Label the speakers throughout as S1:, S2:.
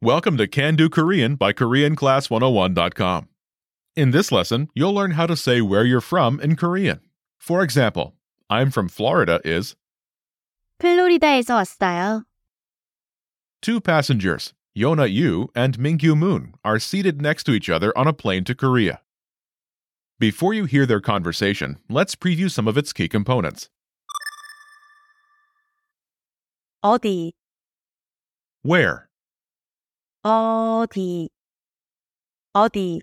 S1: Welcome to Can Do Korean oh by KoreanClass101.com. In this lesson, you'll learn how to say where you're from in Korean. For example, I'm from Florida is
S2: 플로리다에서 왔어요.
S1: two passengers, Yona Yu and Mingyu Moon, are seated next to each other on a plane to Korea. Before you hear their conversation, let's preview some of its key components.
S2: 어디,
S1: Where?
S2: 어디, 어디,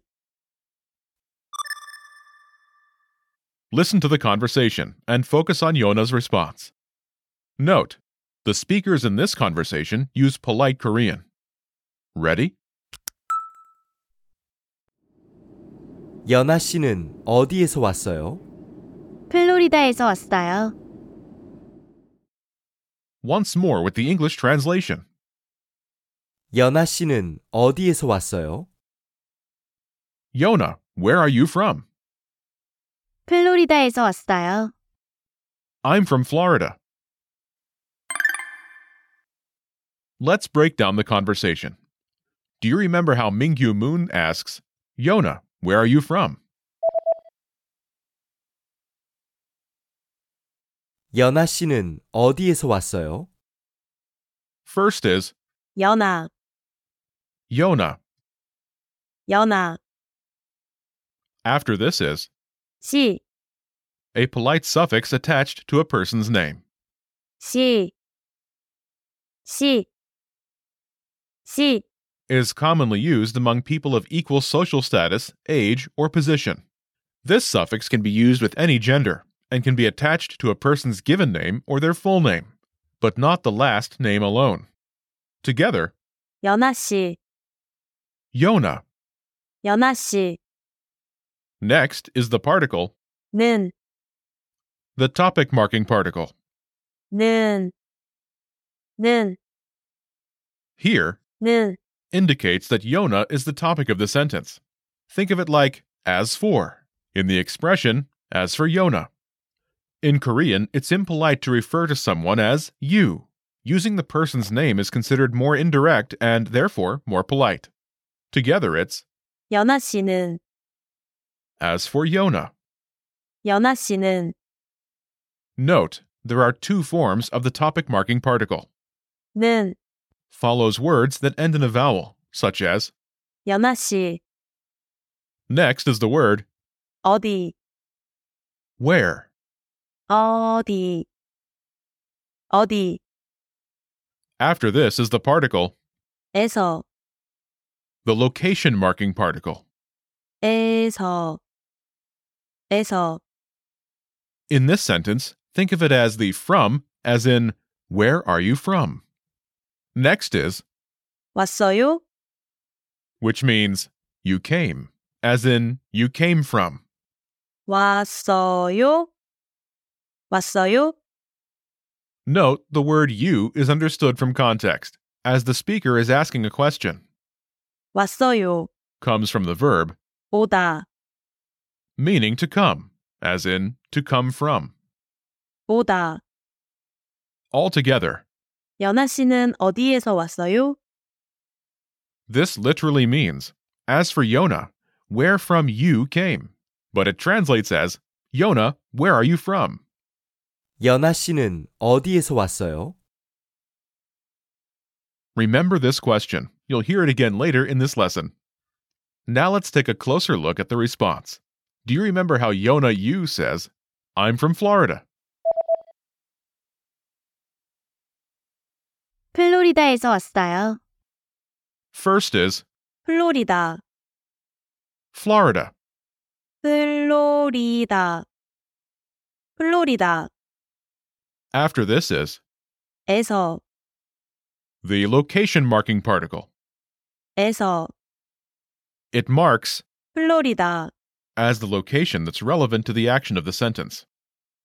S1: Listen to the conversation and focus on Yona's response. Note The speakers in this conversation use polite Korean. Ready?
S3: 연아 씨는 어디에서 왔어요?
S2: 플로리다에서 왔어요.
S1: Once more with the English translation.
S3: 연아 씨는 어디에서 왔어요?
S1: Yona, where are you from?
S2: 플로리다에서 왔어요.
S1: I'm from Florida. Let's break down the conversation. Do you remember how Mingyu Moon asks, Yona, where are you from?
S3: 연아 씨는 어디에서 왔어요?
S1: First is,
S2: 연아,
S1: Yona.
S2: 연아,
S1: After this is,
S2: 시,
S1: a polite suffix attached to a person's name.
S2: 시, 시, 시,
S1: is commonly used among people of equal social status, age, or position. This suffix can be used with any gender and can be attached to a person's given name or their full name, but not the last name alone. Together,
S2: 연아 씨,
S1: Yona.
S2: 연아 씨는
S1: Next is the particle, the topic marking particle.
S2: 는, 는,
S1: Here
S2: 는
S1: indicates that Yona is the topic of the sentence. Think of it like as for in the expression as for Yona. In Korean, it's impolite to refer to someone as you. Using the person's name is considered more indirect and therefore more polite. Together, it's
S2: 연아 씨는
S1: as for Yona.
S2: 연아 씨는
S1: Note, there are two forms of the topic marking particle.
S2: 는
S1: Follows words that end in a vowel, such as
S2: 연아 씨
S1: next is the word
S2: 어디
S1: where.
S2: 어디 어디
S1: After this is the particle,
S2: 에서
S1: the location marking particle.
S2: 에서 에서
S1: In this sentence, think of it as the from, as in, where are you from? Next is,
S2: 왔어요?
S1: which means, you came, as in, you came from.
S2: 왔어요? 왔어요?
S1: Note the word you is understood from context, as the speaker is asking a question,
S2: 왔어요.
S1: comes from the verb,
S2: 오다
S1: meaning to come, as in, to come from.
S2: 오다
S1: Altogether,
S2: 연아 씨는 어디에서 왔어요?
S1: this literally means, as for Yona, where from you came, but it translates as, Yona, where are you from?
S3: 연아 씨는 어디에서 왔어요?
S1: Remember this question. You'll hear it again later in this lesson. Now let's take a closer look at the response. Do you remember how Yona Yu says, I'm from Florida?
S2: 플로리다에서 왔어요.
S1: First is
S2: 플로리다
S1: Florida.
S2: 플로리다 플로리다
S1: After this is
S2: 에서
S1: the location marking particle.
S2: 에서
S1: It marks
S2: 플로리다
S1: as the location that's relevant to the action of the sentence.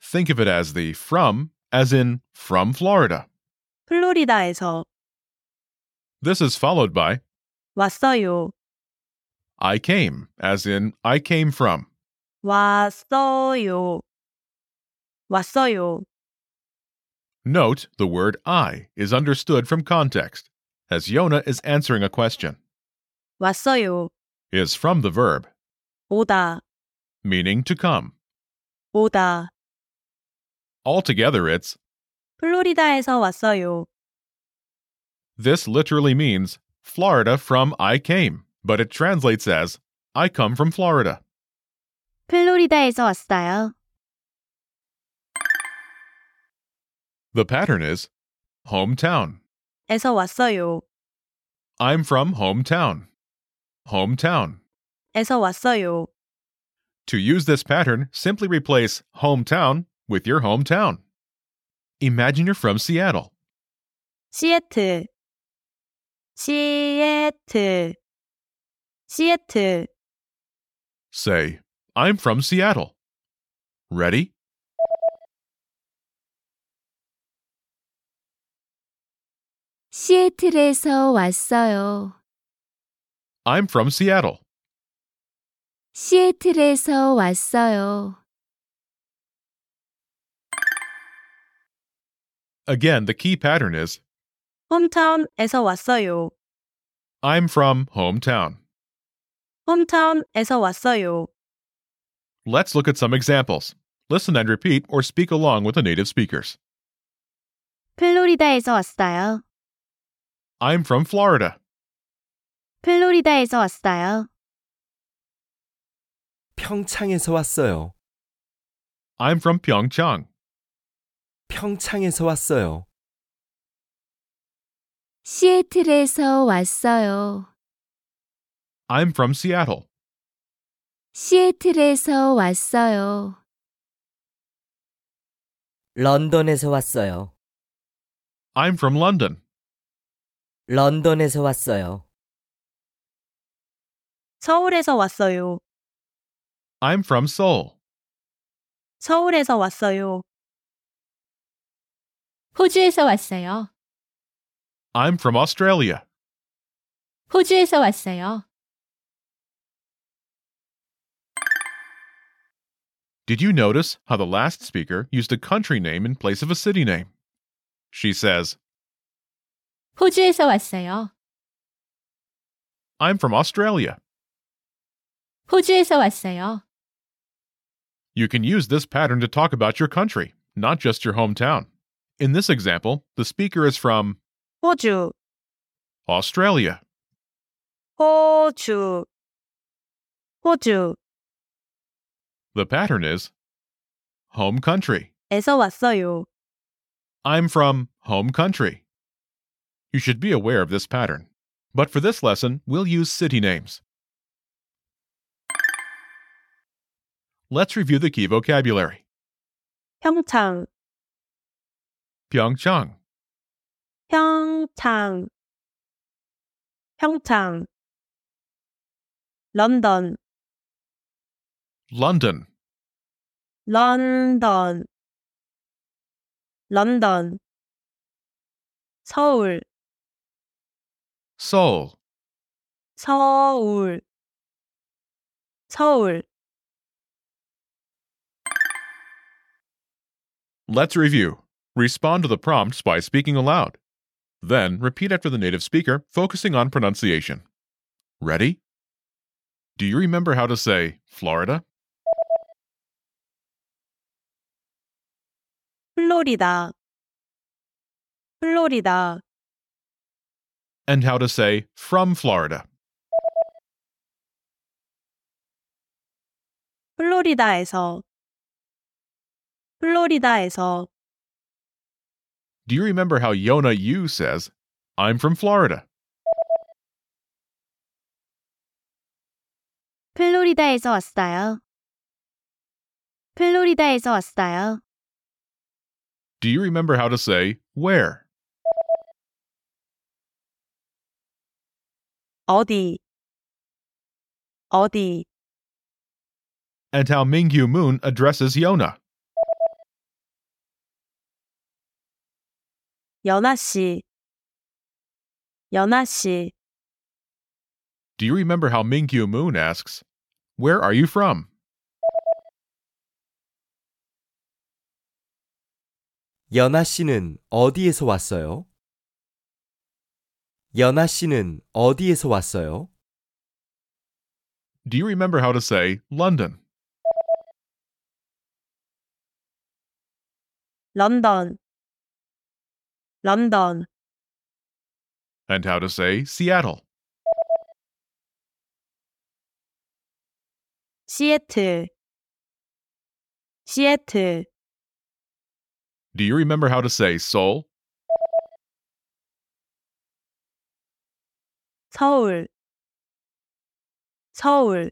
S1: Think of it as the from, as in from Florida.
S2: 플로리다에서
S1: This is followed by
S2: 왔어요.
S1: I came, as in I came from.
S2: 왔어요. 왔어요.
S1: Note the word I is understood from context, as Yona is answering a question,
S2: 왔어요.
S1: is from the verb,
S2: 오다,
S1: meaning to come.
S2: 오다.
S1: Altogether, it's
S2: 플로리다에서 왔어요.
S1: this literally means Florida from I came, but it translates as I come from Florida.
S2: 플로리다에서 왔어요.
S1: The pattern is hometown.
S2: 에서 왔어요.
S1: I'm from hometown. Hometown.
S2: 에서 왔어요.
S1: To use this pattern, simply replace hometown with your hometown. Imagine you're from Seattle.
S2: 시애틀. 시애틀. 시애틀.
S1: Say, I'm from Seattle. Ready?
S4: 시애틀에서 왔어요.
S1: I'm from Seattle.
S4: 시애틀에서 왔어요.
S1: Again, the key pattern is
S2: 홈타운에서 왔어요.
S1: I'm from hometown.
S2: 홈타운에서 왔어요.
S1: Let's look at some examples. Listen and repeat or speak along with the native speakers.
S4: 플로리다에서 왔어요.
S1: I'm from Florida.
S4: 플로리다에서 왔어요.
S3: 평창에서 왔어요.
S1: I'm from Pyeongchang.
S3: 평창에서 왔어요.
S4: 시애틀에서 왔어요.
S1: I'm from Seattle.
S4: 시애틀에서 왔어요.
S5: 런던에서 왔어요.
S1: I'm from London.
S5: 런던에서 왔어요.
S2: 서울에서 왔어요.
S1: I'm from Seoul.
S2: 서울에서 왔어요.
S4: 호주에서 왔어요.
S1: I'm from Australia.
S4: 호주에서 왔어요.
S1: Did you notice how the last speaker used a country name in place of a city name? She says,
S4: 호주에서 왔어요.
S1: I'm from Australia.
S4: 호주에서 왔어요.
S1: You can use this pattern to talk about your country, not just your hometown. In this example, the speaker is from
S2: 호주,
S1: Australia.
S2: 호주, 호주.
S1: The pattern is home country.
S2: 에서 왔어요.
S1: I'm from home country. You should be aware of this pattern. But for this lesson, we'll use city names. Let's review the key vocabulary
S2: 평창,
S1: Pyeongchang,
S2: 평창, 평창. 런던,
S1: London,
S2: 런던, 런던. 서울,
S1: Seoul,
S2: 서울, 서울.
S1: Let's review. Respond to the prompts by speaking aloud. Then repeat after the native speaker, focusing on pronunciation. Ready? Do you remember how to say Florida?
S2: 플로리다, 플로리다,
S1: And how to say from Florida?
S2: 플로리다에서, 플로리다에서,
S1: Do you remember how Yona Yu says, I'm from Florida?
S4: 플로리다에서 왔어요. 플로리다에서 왔어요.
S1: Do you remember how to say where?
S2: 어디, 어디,
S1: And how Mingyu Moon addresses Yona?
S2: 연아씨, 연아씨,
S1: Do you remember how Mingyu Moon asks, Where are you from?
S3: 연아 씨는 어디에서 왔어요? 연아 씨는 어디에서 왔어요?
S1: Do you remember how to say London?
S2: 런던, 런던,
S1: And how to say Seattle?
S2: 시애틀, 시애틀,
S1: Do you remember how to say Seoul?
S2: 서울, 서울,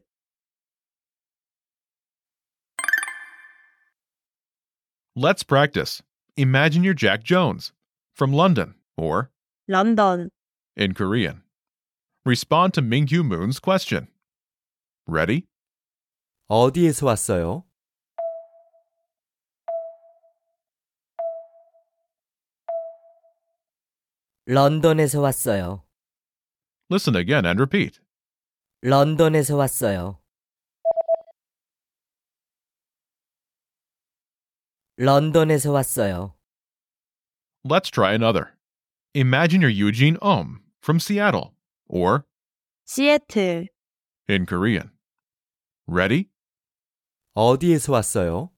S1: Let's practice. Imagine you're Jack Jones from London or
S2: 런던,
S1: in Korean. Respond to Mingyu Moon's question. Ready?
S3: 어디에서 왔어요?
S5: 런던에서 왔어요.
S1: Listen again and repeat.
S5: 런던에서 왔어요. 런던에서 왔어요.
S1: Let's try another. Imagine you're Eugene Um from Seattle or
S2: 시애틀,
S1: in Korean. Ready?
S3: 어디에서 왔어요?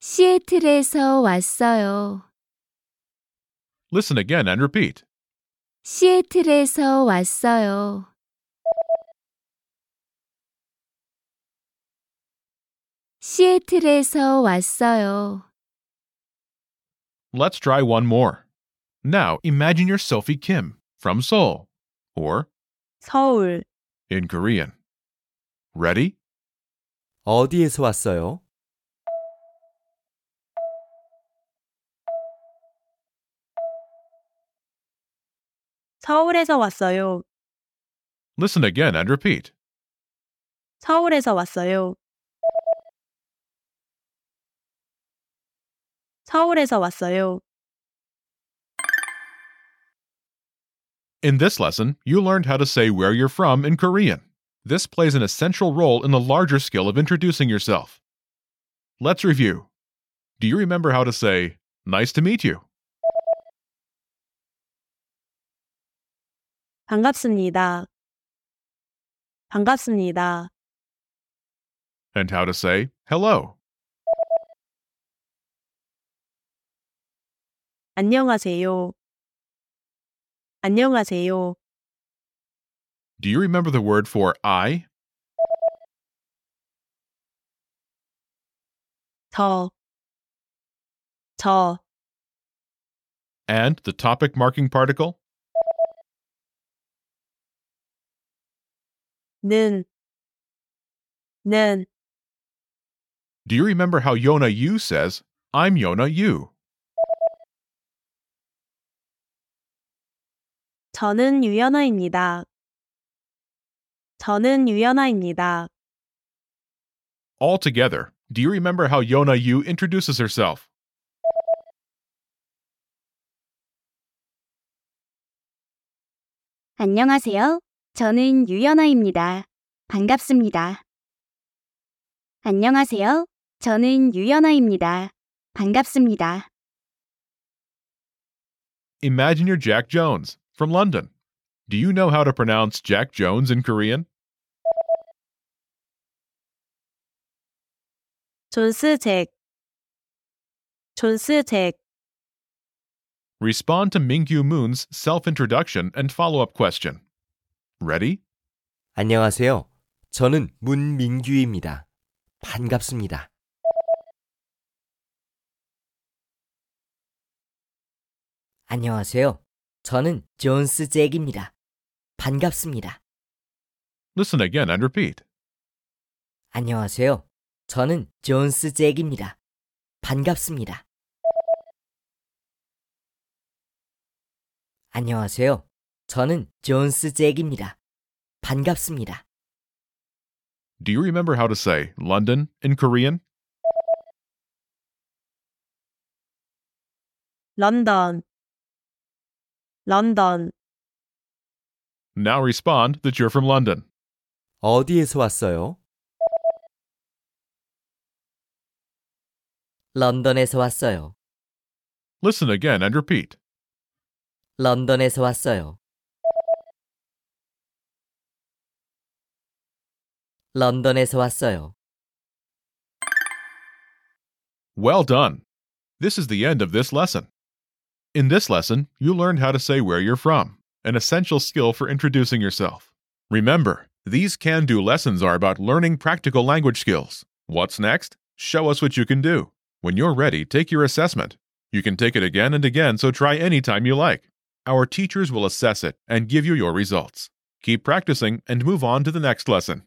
S4: 시애틀에서 왔어요.
S1: Listen again and repeat.
S4: 시애틀에서 왔어요. 시애틀에서 왔어요.
S1: Let's try one more. Now imagine you're Sophie Kim from Seoul or
S2: 서울,
S1: in Korean. Ready?
S3: 어디에서 왔어요?
S2: 서울에서 왔어요.
S1: Listen again and repeat.
S2: 서울에서 왔어요. 서울에서 왔어요.
S1: In this lesson, you learned how to say where you're from in Korean. This plays an essential role in the larger skill of introducing yourself. Let's review. Do you remember how to say, Nice to meet you?
S2: 반갑습니다. 반갑습니다.
S1: And how to say, Hello?
S2: 안녕하세요. 안녕하세요.
S1: Do you remember the word for I?
S2: 저, 저,
S1: And the topic marking particle?
S2: 는, 는,
S1: Do you remember how Yona Yu says, I'm Yona Yu?
S2: 저는 유연아입니다. 저는 유연아입니다.
S1: All together, do you remember how Yona Yu introduces herself?
S4: 안녕하세요. 저는 유연아입니다. 반갑습니다. 안녕하세요. 저는 유연아입니다. 반갑습니다.
S1: Imagine you're Jack Jones from London. Do you know how to pronounce Jack Jones in Korean?
S2: 존스 잭, 존스 잭,
S1: Respond to Mingyu Moon's self introduction and follow up question. Ready?
S3: 안녕하세요. 저는 문민규입니다. 반갑습니다.
S5: 안녕하세요. 저는 존스 잭입니다. 반갑습니다.
S1: Listen again and repeat.
S5: 안녕하세요. 저는 존스 잭입니다. 반갑습니다. 안녕하세요. 저는 존스 잭입니다. 반갑습니다.
S1: Do you remember how to say London in Korean?
S2: 런던, 런던,
S1: Now respond that you're from London.
S3: 어디에서 왔어요?
S5: 런던에서 왔어요.
S1: Listen again and repeat.
S5: 런던에서 왔어요. 런던에서 왔어요.
S1: Well done! This is the end of this lesson. In this lesson, you learned how to say where you're from, an essential skill for introducing yourself. Remember, these can do lessons are about learning practical language skills. What's next? Show us what you can do. When you're ready, take your assessment. You can take it again and again, so try anytime you like. Our teachers will assess it and give you your results. Keep practicing and move on to the next lesson.